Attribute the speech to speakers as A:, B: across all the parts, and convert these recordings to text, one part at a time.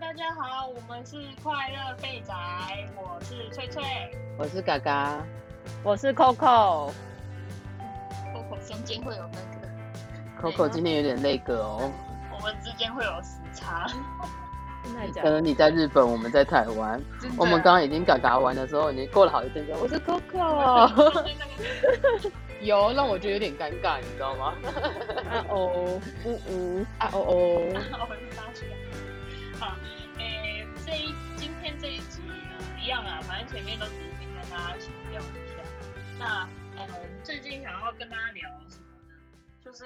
A: 大家好，我们是快乐废宅，我是翠翠，
B: 我是嘎嘎，
C: 我是 Coco。
A: Coco 中间会有那个
B: Coco 今天有点累个哦，
A: 我们之间会有时差，
C: 真的假
D: 呃
B: 可能
C: 的？
B: 你在日本，我们在台湾。
A: 真的
B: 我们刚刚已经嘎嘎完的时候，已经过了好一阵子。啊我是 Coco，
A: 中间那个
B: 有让我觉得有点尴尬，你知道 吗？
C: 啊哦，呜呜，啊哦哦，
A: 我们发去了。好，诶、这一今天这一集呢，一样啊，反正前面都只是先跟大家闲聊一下。那呃，最近想要跟大家聊什么呢？就是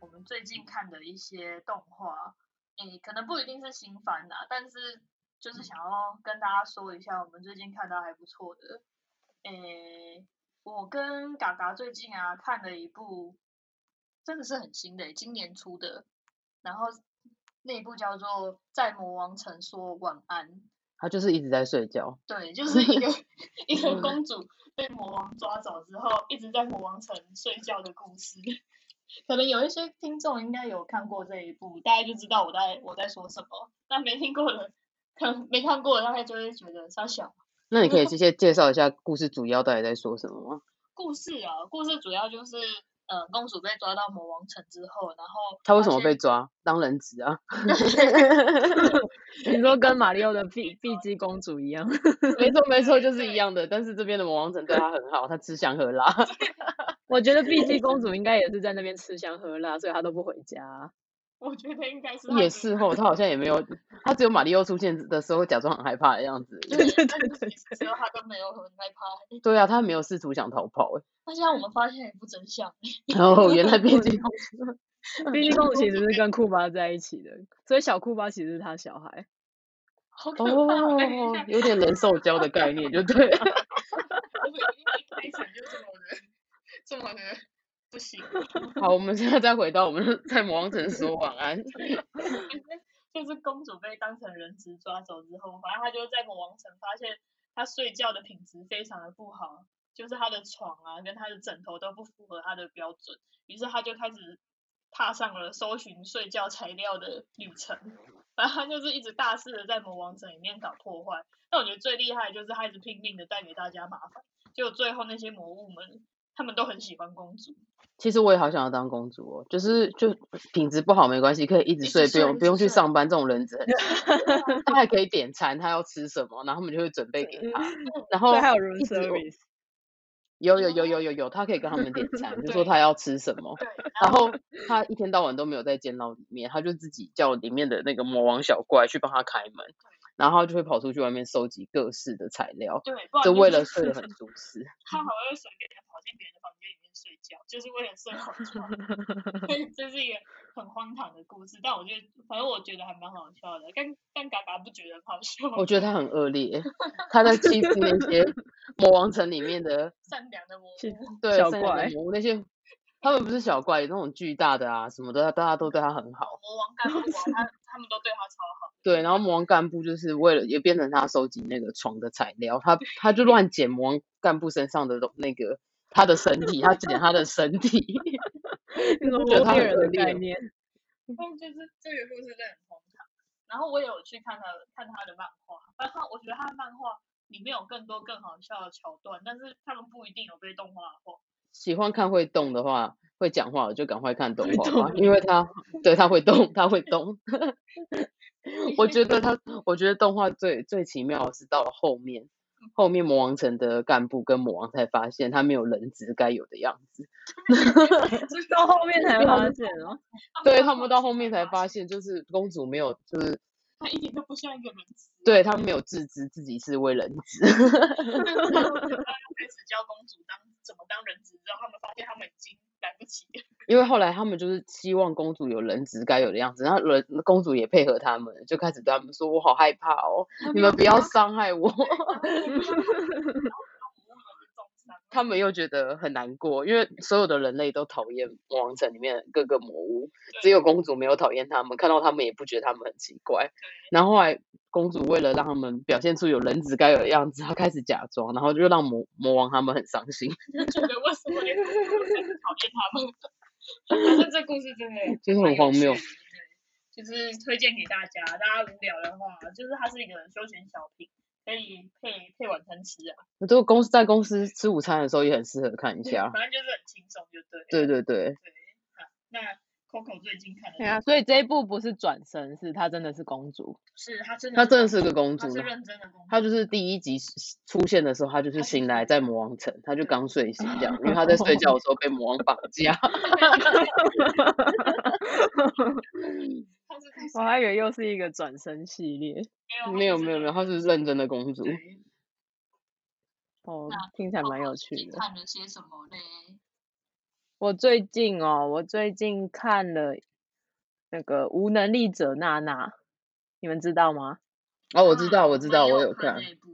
A: 我们最近看的一些动画，诶、可能不一定是新番啦，但是就是想要跟大家说一下，我们最近看到还不错的。诶、我跟嘎嘎最近啊看了一部，真的是很新的、今年出的，然后那部叫做《在魔王城说晚安》，
B: 他就是一直在睡觉，
A: 对，就是一 个一个
B: 嗯
A: 公主被魔王抓走之后，一直在魔王城睡觉的故事。 可能有一些听众应该有看过这一部，大家就知道我在我在说什么。那没听过的，可能没看过的，大概就会觉得傻小。
B: 那你可以直接介绍一下故事主要到底在说什 么吗？
A: 故事啊，故事主要就是，呃，公主被抓到魔王城之后，然后
B: 他为
A: 发
B: 什么
A: 现
B: 被抓？当人质啊？
C: 你说跟马里奥的碧碧姬公主一样，
B: 没 错没错，就是一样的。但是这边的魔王城对他很好，他吃香喝 辣。
C: 我觉得碧姬公主应该也是在那边吃香喝辣，所以她都不回 家。
A: 我觉得应该是她
B: 也
A: 觉
B: 是
A: 得
B: 哦，他好像也没有，他只有马里奥出现的时候假装很害怕的样子。
A: 对对对对，只有她都没有很害怕。
B: 对啊，他没有试图想逃跑欸。
A: 但现在我们发现一部真相，
B: 然后原来 变成
C: 碧姬公主其实是跟库巴在一起的，所以小库巴其实是她小孩。
A: 好可怕！我
B: 哦
A: 跟你讲，
B: 有点人兽交的概念，就对了。
A: 我们一开场就这么的，这么的不行，
B: 好，我们现在再回到我们在魔王城说晚安。
A: 就是公主被当成人质抓走之后，反正她就在魔王城发现她睡觉的品质非常的不好，就是她的床啊跟她的枕头都不符合她的标准，于是她就开始踏上了搜寻睡觉材料的旅程。反正她就是一直大肆的在魔王城里面搞破坏。但我觉得最厉害的就是她一直拼命的带给大家麻烦，结果最后那些魔物们他们都很喜欢公主。
B: 其实我也好想要当公主哦，就是就品质不好没关系，可以一直
A: 一直
B: 睡，不
A: 睡一
B: 用
A: 直
B: 不用
A: 睡
B: 去上班，这种人质很幸福他还可以点餐，他要吃什么，然后他们就会准备给他。然
D: 哦
B: 后
C: 所以还有 room
B: 一直
C: service，
B: 有有有有有有，他可以跟他们点餐，就说
A: 对
B: 他要吃什么。
A: 对，
B: 然后他一天到晚都没有在监牢里面，他就自己叫里面的那个魔王小怪去帮他开门，然后他就会跑出去外面收集各式的材料，
A: 对，不然
B: 就是为了睡 得很舒适。
A: 他好像会随便的跑进别人的房间里面睡觉，就是为了睡好觉。 这是一个很荒唐的故事，但我觉得，反正我觉得还蛮好笑的。但但嘎嘎不觉得很好笑吗，
B: 我觉得他很恶劣，他在欺负那些魔王城里面的
A: 善良的魔
C: 是
A: 物，
B: 对
C: 小
B: 善良的
C: 怪
B: 魔物那些，他们不是小怪，有那种巨大的啊什么的，大家都对他很好。
A: 魔王干部啊，他他们都对他超好。
B: 对，然后魔王干部就是为了也变成他收集那个床的材料，他他就乱捡魔王干部身上的东那个他的身体，他捡他的身体。
C: 那种
B: 觉
C: 摩
B: 得她
C: 天
B: 很
C: 人
B: 恶
C: 的
B: 劣
C: 概
B: 哦
C: 念。
A: 但就是这个故事真的很荒唐。然后我也有去看他的看他的漫画，然后我觉得他的漫画里面有更多更好笑的桥段，但是他们不一定有被动画化。
B: 喜欢看会动的话，会讲话，我就赶快看动
C: 会
B: 画
C: 动
B: 吧，因为它对它会动，它 会动。我觉得它，我觉得动画最最奇妙的是到了后面，后面魔王城的干部跟魔王才发现他没有人质该有的样子，
C: 到后面才发现 哦，
B: 对
A: 到
B: 他
A: 后
B: 们到
A: 期
B: 后面才
A: 发现，
B: 发现，就是公主没有，就是
A: 他一点都不像一个人质。
B: 对他没有自知自己是位人质。
A: 开 始教公主当怎么当人质之后，他们发现他们已经来不及了。
B: 因为后来他们就是希望公主有人质该有的样子，然后人公主也配合他们，就开始对他们说：“我好害怕哦，你们不要伤害我。
A: 他
B: 他们又觉得很难过，因为所有的人类都讨厌魔王城里面的各个魔物，只有公主没有讨厌他们，看到他们也不觉得他们很奇怪。然后后来公主为了让他们表现出有人质该有的样子，她开始假装，然后就让魔魔王他们很伤心。
A: 就觉得为什么连公主都这么讨厌他们？但是这故事真的
B: 就是
A: 蛮
B: 很
A: 有
B: 荒
A: 趣
B: 谬
A: 的对就是推荐给大家，大家无聊的话，就是它是一个休闲小品，可以配配晚餐吃啊，
B: 我都公司在公司吃午餐的时候也很适合看一下。
A: 反正就是很轻松就对了。
B: 啊对
A: 对
B: 对对，
A: 好，那 Coco 最近看的
D: 对啊，所以这一部不是转身，是她真的是公主。
A: 是他真的，
B: 她真的是个公
A: 他
B: 主啊
A: 是，认真的工 作，
B: 她就是第一集出现的时候，她就是
A: 她是
B: 醒
A: 公
B: 来在魔王城，她就刚睡醒这样，因为她在睡觉的时候被魔王绑 架。
A: 他是公司
C: 我还以为又是一个转身系列
B: 没有没有没有，她是认真的公主。
A: 对
C: 哦
A: 那，
C: 听起来蛮
A: Coco
C: 有趣
A: 最近
C: 的。
A: 看了些什么嘞？
D: 哦我最近哦，我最近看了那个《无能力者娜娜》，你们知道吗？
B: 哦，我知
A: 啊
B: 道我知道，
A: 也
B: 我
A: 有
B: 有看
A: 那。一部，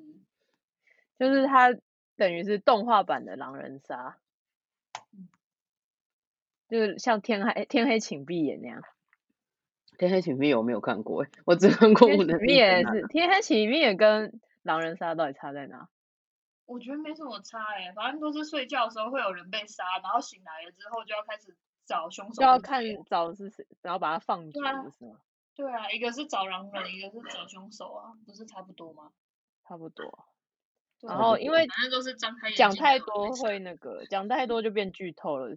D: 就是它等于是动画版的狼人杀，就是像天黑天黑请闭眼那样。
B: 天黑请闭眼我没有看过欸，我只看过
D: 天
B: 我
D: 黑
B: 的啊
D: 请闭
A: 啊
D: 眼是天黑请闭眼跟狼人杀到底差在哪？
A: 我觉得没什么差哎、反正都是睡觉的时候会有人被杀，然后醒来了之后就要开始找凶手，
D: 就要看找是谁，然后把它放逐
A: 对啊
D: 是吗？
A: 对啊，一个是找狼人，一个是找凶手啊，不是差不多吗？
D: 差不多。
A: 对啊
B: 差
D: 然
B: 不
D: 后因为
A: 反正都是张开眼
D: 讲
A: 睛
D: 太
A: 就会
D: 多
A: 被
D: 会那个，讲太多就变剧透了，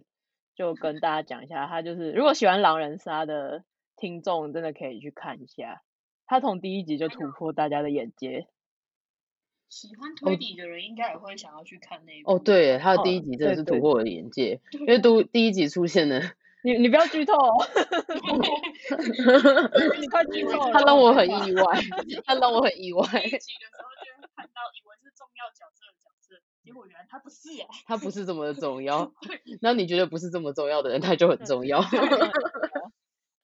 D: 就跟大家讲一下，他就是如果喜欢狼人杀的听众，真的可以去看一下，他从第一集就突破大家的眼界。
A: 喜欢推理的人应该也会想要去看那一部
B: 哦，，对耶，她的第一
D: 哦
B: 集真的
D: 对
B: 是
D: 对
B: 突破我的眼界，
A: 对
B: 因为都第一集出现 的，
D: 你你不要剧透哦，你快
A: 以
D: 剧
A: 为
D: 透
A: 是
D: 了，
B: 她让我很
D: 害怕
B: 意外，她让我很意外，
A: 第一集的时候就会看到以为是重要角色的角色，结果原来他不是啊，
B: 她不是这么的重要，那你觉得不是这么重要的人，她就很重要。
D: 哎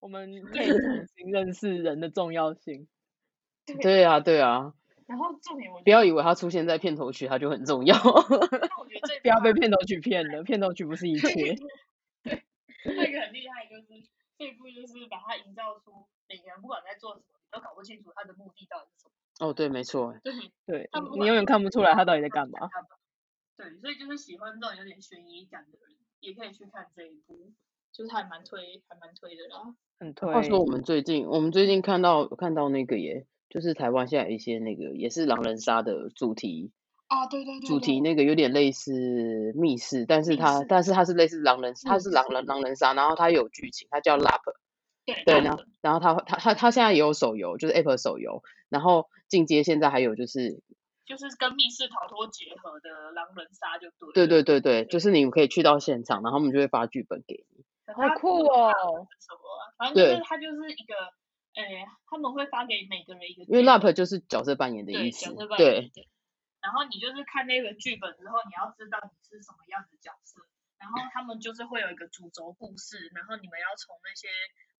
D: 我们可以重新认识人的重要性。
B: 对啊，对啊，
A: 然后重点我
B: 不
A: 觉
B: 要
A: 得，
B: 以为她出现在片头曲，她就很重要。
A: 但我觉得最
D: 不要
A: 棒
D: 被片头曲骗了，片头曲不是一 切。
A: 那个很厉害，就是这一部就是把它营造出每个人不管在做什么，你都搞不清楚他的目的到底是什么。
B: 哦，对，没错，
A: 对，
D: 对
A: 他们不
D: 你
A: 管做
D: 永远看不
A: 什
D: 出
A: 么
D: 来他到底在干
A: 都
D: 嘛。
A: 看吧对，所以就是喜欢这种有点悬疑感的人，也可以去看这一部，就是还蛮推，还蛮推的啦。
D: 很
B: 话
D: 推
B: 说我们最近，我们最近看到看到那个耶，就是台湾现在有一些那个也是狼人杀的主题
A: 啊，对对对
B: 主题
A: 对
B: 那个有点类似密室，但是
A: 密
B: 它
A: 室嗯
B: 但是它是类似狼人，它
A: 密
B: 是狼人狼人杀，然后它有剧情，它叫 LAP，
A: 对
B: 对，
A: 那
B: 然后
A: 个
B: 然后它它它它现在也有手游，就是 App 手游，然后进阶现在还有就是
A: 就是跟密室逃脱结合的狼人杀就对了。
B: 对对对对，就是你们可以去到现场，然后他们就会发剧本给你，
A: 可
D: 好
A: 它
D: 酷
A: 不知道
D: 哦
A: 是什么啊？反正就
B: 对
A: 是它就是一个，诶，他们会发给每个人一个剧
B: 因
A: 本，
B: 为 LAP 就是角色扮演的
A: 对
B: 意
A: 角
B: 思
A: 色，扮演
B: 对，
A: 对。然后你就是看那个剧本之后，你要知道你是什么样的角色，然后他们就是会有一个主轴故事，然后你们要从那些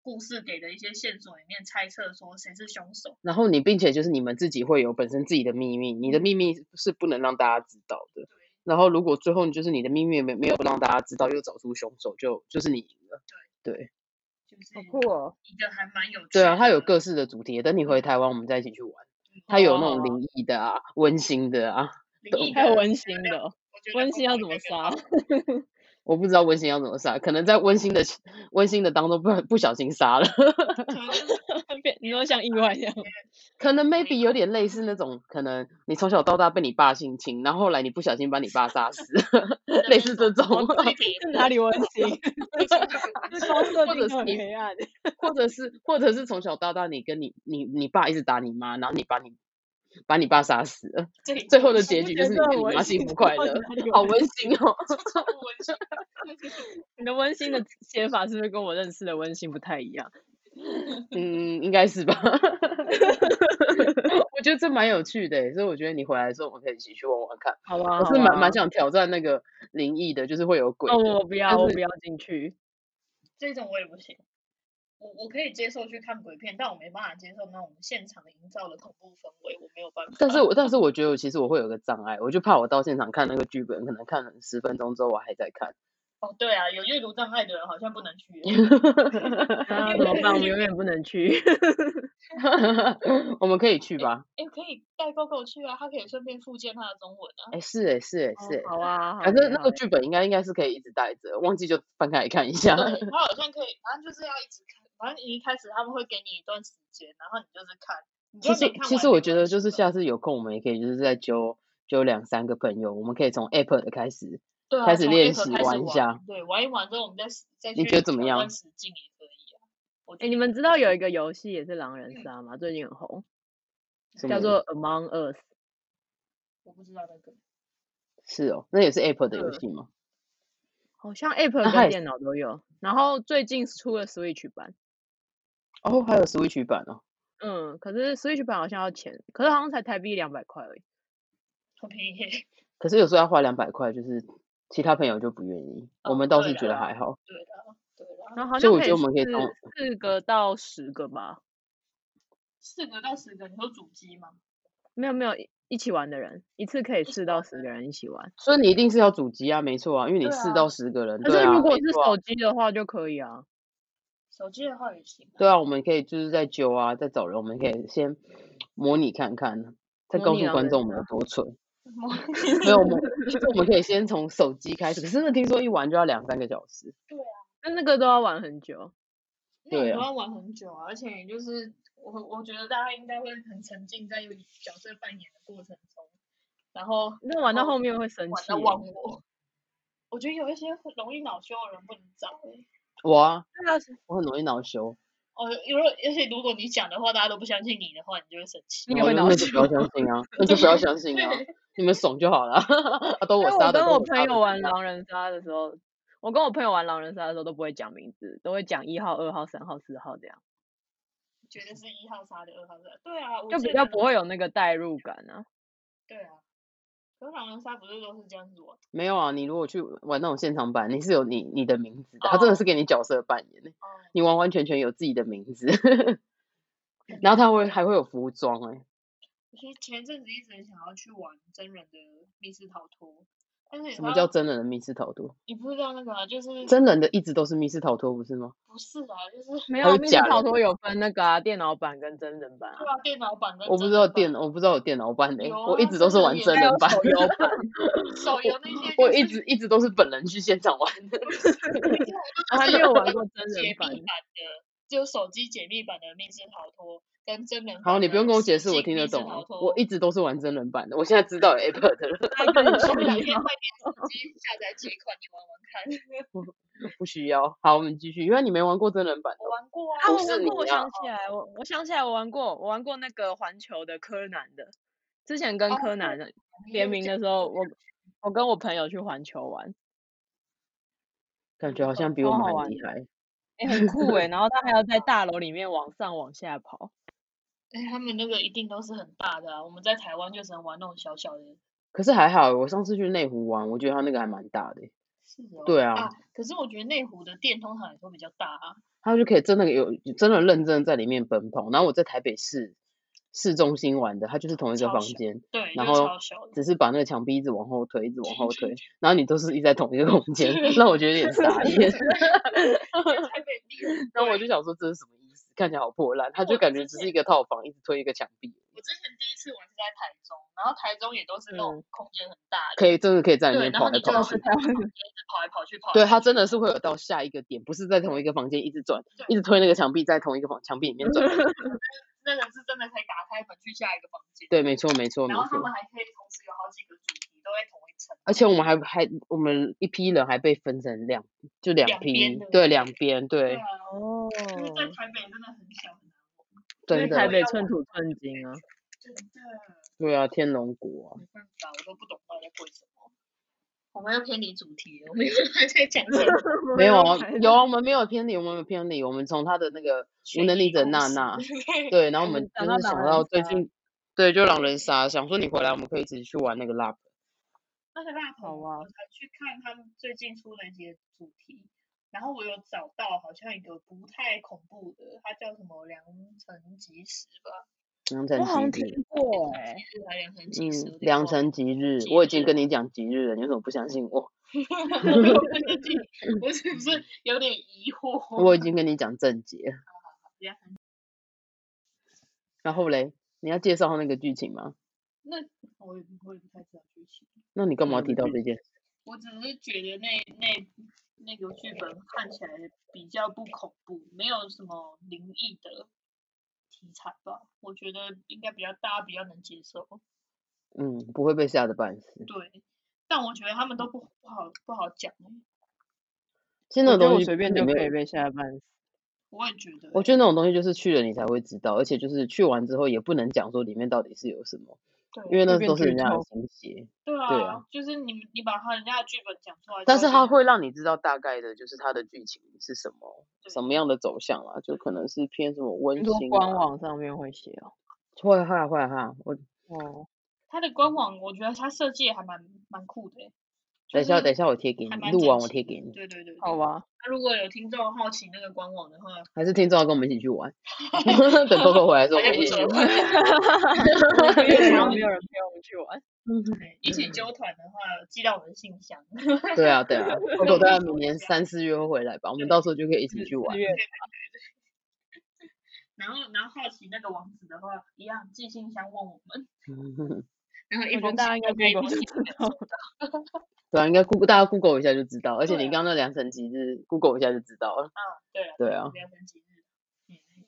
A: 故事给的一些线索里面猜测说谁是凶手。
B: 然后你并且就是你们自己会有本身自己的秘密，你的秘密是不能让大家知道的。然后如果最后就是你的秘密没没有让大家知道，又找出凶手，就就是你赢了。对
A: 就是
D: 好酷哦！
A: 一个还蛮有趣的。
B: 对啊，它有各式的主题，等你回台湾我们再一起去玩。它有那种
D: 哦
B: 灵异的啊，温馨的啊，
A: 灵异
D: 还有
A: 的
D: 温
A: 我觉
D: 馨
A: 得
D: 的哦，
A: 我觉得
D: 温馨
A: 我
D: 要
A: 应该
D: 怎么
A: 没有办
D: 杀？
A: 法
B: 我不知道温馨要怎么杀，可能在温馨的温馨的当中不不小心杀了，
A: 可能就是
D: 变你说像意外一 样，
B: 可能
A: 没
B: maybe 有点类似那种，可能你从小到大被你爸性侵，然后后来你不小心把你爸杀死，类似这种。
D: 是 哪里温馨？是公社
B: 或者
D: 定都
B: 是
D: 很
B: 你
D: 黑暗。
B: 或者是或者是从小到大，你跟你你你爸一直打你妈，然后你把你把你爸杀死了，
A: 对
B: 最后的
A: 我
B: 结
D: 不
B: 局
D: 觉
B: 就是你
D: 得
B: 跟你
D: 我
B: 妈
D: 已
B: 幸
D: 经
B: 福
D: 知道
B: 快乐
D: 哪里，
B: 好
D: 有
B: 温馨哦。
A: 不温馨，那就是
D: 你的温馨的写法是不是跟我认识的温馨不太一样？
B: 嗯，应该是吧。 我觉得这蛮有趣的欸，所以我觉得你回来的时候，我们可以一起去玩玩看。
D: 好吧，
B: 我
D: 好
B: 是蛮
D: 吧
B: 蛮想挑战那个灵异的，就是会有鬼
D: 哦，
B: 的。
D: 我不要，
B: 但
D: 我
B: 是
D: 不要进去。
A: 这种我也不行。我我可以接受去看鬼片，但我没办法接受那种现场营造的恐怖氛围，我没有办法。
B: 但是我但是我觉得我其实我会有个障碍，我就怕我到现场看那个剧本，可能看了十分钟之后我还在看。
A: 哦，对啊，有阅读障碍的人好像不能 去耶。
D: 那怎么办？我们永远不能去。
B: 我们可以去吧？
A: 哎，可以带 GoGo 去啊，他可以顺便复健他的中文 啊。
B: 哎、是哎、是哎、是哎、
D: 好啊，
B: 反正那个剧本应该应该是可以一直带着，忘记就翻开来看一下。
A: 对，他好像可以，反正就是要一直看，反正一开始他们会给你一段时间，然后你就是看。你就
B: 其实
A: 没看
B: 其
A: 完
B: 实
A: 没
B: 我觉
A: 关
B: 得就是
A: 系
B: 下次有空，我们也可以就是再揪揪两三个朋友，我们可以从 App 的开始。
A: 对啊
B: 开始
A: 从
B: 练
A: app
B: 习
A: 开始
B: 玩一下，
A: 对，玩一玩之后我们再再去
B: 你觉得怎么
A: 调
B: 样
A: 换时境也可以啊。我
D: 哎，你们知道有一个游戏也是狼人杀吗？最近很红，
B: 什
D: 叫
B: 么
D: 做 Among Us。
A: 我不知道那个，
B: 是哦，那也是 App 的游
D: 嗯
B: 戏吗？
D: 好像 Apple
B: 那它
D: 跟
B: 也
D: 电脑都有，然后最近出了 Switch 版，
B: 哦，还有 Switch 版哦，
D: 嗯，可是 Switch 版好像要钱，可是好像才台币两百块而已。
A: 很便宜。
B: 可是有时候要花两百块，就是其他朋友就不愿意，我
A: 哦
B: 们倒
A: 对
B: 是觉
A: 啦
B: 得还好。
A: 对的，啊对的，
D: 然后好
B: 所以
D: 像
B: 我觉得我们可以
D: 四
B: 从
D: 四个到十个吧，
A: 四个到十个，你说主机吗？
D: 没有没有一一起玩的人，一次可以
A: 起
D: 四到
A: 玩
D: 十
A: 的
D: 个人一起玩。
B: 所以你一定是要主机啊，没错啊，因为你
A: 对
B: 四
A: 啊
B: 到十个人。
D: 可
B: 对
D: 是
B: 啊
D: 如果
B: 没
D: 是
B: 错啊
D: 手机的话就可以啊。
A: 手机的话也行啊。
B: 对啊，我们可以就是在揪啊，在找人，我们可以先模拟看看，再
D: 模
B: 告
D: 拟
B: 诉
D: 狼
B: 观
D: 人
B: 众我们有多蠢。
A: 模
B: 没有，我们其实我们可以先从手机开始，可是那听说一玩就要两三个小时。
D: 那那个都要玩很久，
A: 那你
B: 对
A: 都
B: 啊
A: 要玩很久啊，而且就是我我觉得大家应该会很沉浸在角色扮演的过程中，然后
D: 那玩到
A: 哦
D: 后面会生
A: 玩
D: 气
A: 到
D: 耶。
A: 忘我。我觉得有一些很容易恼羞的人不能找欸
B: 我啊，
D: 对啊，
B: 我很容易恼羞，
A: 哦，如果而且如果你讲的话，大家都不相信你的话，你就会生气。
D: 你也
B: 然后
D: 会
B: 就
D: 恼
B: 那就不
D: 羞
B: 要相信啊， 那就不要相信啊， 你们怂就好了。啊，都
D: 因为
B: 杀
D: 哎我
B: 的，
D: 跟
B: 都
D: 我
B: 杀
D: 朋
B: 的
D: 友玩
B: 怎样
D: 狼人杀的时候，我跟我朋友玩狼人杀的时候都不会讲名字，都会讲一号、二号、三号、四号这样，
A: 觉得是一号杀的，二号杀的，对啊，我
D: 就
A: 记
D: 比较
A: 得
D: 不会有那个代入感啊。
A: 对啊。可是狼人杀不是都是这样子玩？
B: 没有啊，你如果去玩那种现场版，你是有你你的名字的，他真的
A: 哦
B: 是给你角色扮演欸，
A: 哦，
B: 你完完全全有自己的名字， 然后他会还会有服装哎、
A: 其实前阵子一直很想要去玩真人的密室逃脱，但是你
B: 什么
A: 知
D: 哦
B: 叫
A: 道
B: 真人的密室逃脱？
A: 你不知道那个啊，就是
B: 真人的一直都是密室逃脱不是吗？
A: 不是啊，就是
D: 没
B: 还
D: 有
B: 有
D: 密室
B: 假
D: 逃
B: 人
D: 脱有分那个啊，电脑版跟真人版啊
A: 对，啊，电脑版跟
B: 我不
A: 真
B: 知道
A: 人版
B: 电，我不知道有电脑版的欸、
A: 有
B: 我一
A: 啊
B: 直 都
A: 真
B: 是
A: 人
B: 玩
A: 也
B: 真
A: 还
B: 人
A: 有
B: 版，
D: 手游版
A: 手游那些
B: 我
A: 就
B: 一
A: 是
B: 直一直都是本人去现场玩的。
D: 我还没有玩过真
A: 解
D: 人
A: 密
D: 版
A: 版。的，就手机解密版的密室逃脱跟真人版。
B: 好，你不用跟我解释，我听得懂啊。我一直都是玩真人版的，我现在知道有 App 的了，
D: 再跟你
A: 我
D: 说
A: 们两
D: 一
A: 天
D: 下
A: 快点手机下载解款，你玩玩看。
B: 不需要。好，我们继续，因为你没玩过真人版的
A: 我玩过啊，
D: 啊，
B: 不
D: 我
B: 是
D: 玩
B: 你
D: 过，我
B: 啊
D: 想起来，我我想起来，我玩过，我玩过那个环球的柯南的，之前跟
A: 哦
D: 柯
A: 对
D: 南的联名的时候，我我跟我朋友去环球玩，
B: 感觉好像比
D: 超
B: 我们
D: 好
B: 还
D: 玩
B: 厉害。
D: 哎、很酷哎、然后他还要在大楼里面往上往下跑，
A: 哎，他们那个一定都是很大的啊，我们在台湾就只能玩那种小小的。
B: 可是还好，我上次去内湖玩，我觉得它那个还蛮大的欸，
A: 是哦。
B: 对啊
A: 啊。可是我觉得内湖的店通常也会比较大啊。
B: 它就可以真的有真的认真地在里面奔跑。然后我在台北市市中心玩的，它就是同一个
A: 超
B: 房
A: 小
B: 间，
A: 对，
B: 然
A: 就
B: 后
A: 超小的。
B: 只是把那个墙壁一直往后推，一直往后推，然后你都是一直在同一个空间，让我觉得有点傻眼。
A: 因为台北 地有
B: 然后我
A: 贵
B: 就想说这是什么意思？看起来好破烂，它
A: 我
B: 就感
A: 之
B: 觉只是
A: 前
B: 一个套房，一直推一个墙壁，
A: 我之前第一次玩是在台中，然后台中也都是那种空间很大的，
B: 可以真的可以在里
A: 对，
B: 面
A: 然后
B: 嗯跑来
A: 你就
B: 跑
A: 要
B: 去。
A: 跑来跑去一直跑来跑去跑来跑去。
B: 对，它真的是会有到下一个点，不是在同一个房间一直转，一直推那个墙壁，在同一个房墙壁里面 转。
A: 那个是真的可以打开门去下一个房间，
B: 对，没错，没错，没
A: 然后他
B: 错
A: 们。还可以同时有好几个主题都在同一层，
B: 而且我们还还我们一批人还被分成两，就两
A: 两边
B: 批
A: 的，
B: 对，两边，对
A: 啊，，
D: 哦，
A: 就是在台北真的很小很难玩，
D: 因
B: 真
A: 所
D: 为
A: 以
D: 台
B: 的，
D: 北寸土寸金啊，
A: 真的
B: 对啊，天龙国啊。
A: 没办法，我都不懂到底在贵什么。我们又偏离主题了，我们又在讲什么？
B: 没有啊
D: 我没，
B: 有啊，我们没有偏离，我们没有偏离，我们从他的那个 无能力者娜娜，对，然后
A: 哎
B: 我
D: 我
B: 们
D: 们讲
B: 真
D: 到
B: 的想
D: 狼
B: 到
D: 人
B: 最
D: 杀
B: 近，对，就狼人杀，想说你回来，我们可以一起去玩那个 lab。
A: 那个辣
D: 好
A: 头，
D: 啊
A: 我才去看他们最近出的一些主题，然后我有找到好像一个不太恐怖的，它叫什么良辰吉时吧，
B: 良
D: 我
B: 辰
D: 好像
B: 吉日，
D: 听过哎、
A: 是还良辰吉时？
B: 嗯，良辰吉日，
A: 吉
B: 我已经
A: 日
B: 跟你讲吉日了，你为什么不相信 我？
A: 我只是有点疑惑。
B: 我已经跟你讲正解 了。
A: 良
B: 然后嘞，你要介绍那个剧情吗？
A: 那我也不我也不太知道剧情，
B: 那你干
D: 嗯
B: 嘛
D: 我
B: 提
D: 们
B: 到
D: 去
B: 这件事？
A: 我只是觉得那那那个剧本看起来比较不恐怖，没有什么灵异的题材吧，我觉得应该比较大家比较能接受。
B: 嗯，不会被吓得半死。
A: 对，但我觉得他们都不不好不好讲欸，
B: 其实那
D: 我觉
B: 种
D: 得
B: 东
D: 我
B: 西
D: 随便
B: 根
D: 就
B: 本没
D: 可
B: 有
D: 以被吓半死。
A: 我也觉得欸。
B: 我觉得那种东西就是去了你才会知道，而且就是去完之后也不能讲说里面到底是有什么，
A: 对
B: 因为那
D: 变
B: 都是
D: 剧
B: 人家的
D: 透
B: 心血。
A: 对啊，
B: 对啊
A: 就是你你把他人家的剧本讲出来，
B: 但是它
A: 他
B: 会让你知道大概的，就是它的剧情是什么，
A: 对
B: 什么样的走向啦，就可能是偏什么温
D: 你说
B: 馨、
D: 官
B: 啊。
D: 网上面会写哦。
B: 会哈会哈，我
D: 哦，
A: 他的官网，我觉得他设计也还蛮蛮酷的欸、就
B: 等一下
A: 是
B: 等一下我贴给你
A: 还，蛮
B: 录
A: 整
B: 完我
A: 齐
B: 贴给你，啊
A: 对对对，
D: 好吧，
A: 那如果有听众好奇那个官网的话，
B: 还是听众要跟我们一起 去玩， 等 Coco 回来的时候
A: 好像
B: 我们
A: 不
B: 一起
A: 错
B: 去，玩。
D: 没有人
A: 然后
D: 没有人陪我们去玩。
A: 对一起揪团的话，寄到我们信箱。
B: 对啊对啊，Coco 大概明年三四月会回来吧，我们到时候就可以一起去玩
D: 四。月
A: 然后然后好奇那个网址的话，一样寄信箱问我们。嗯然后一
D: 我觉得
A: 封
D: 大
A: 信
D: 家应该
A: 就可以一
D: Google 就
A: 起
D: 知道了。
B: 对啊，应该 Google 大家 Google 一下就知道，而且
A: 对
B: 你
A: 啊
B: 刚刚那两层级是 Google 一下就知道了。
A: 对 啊，
B: 对啊，
A: 不要分几日。嗯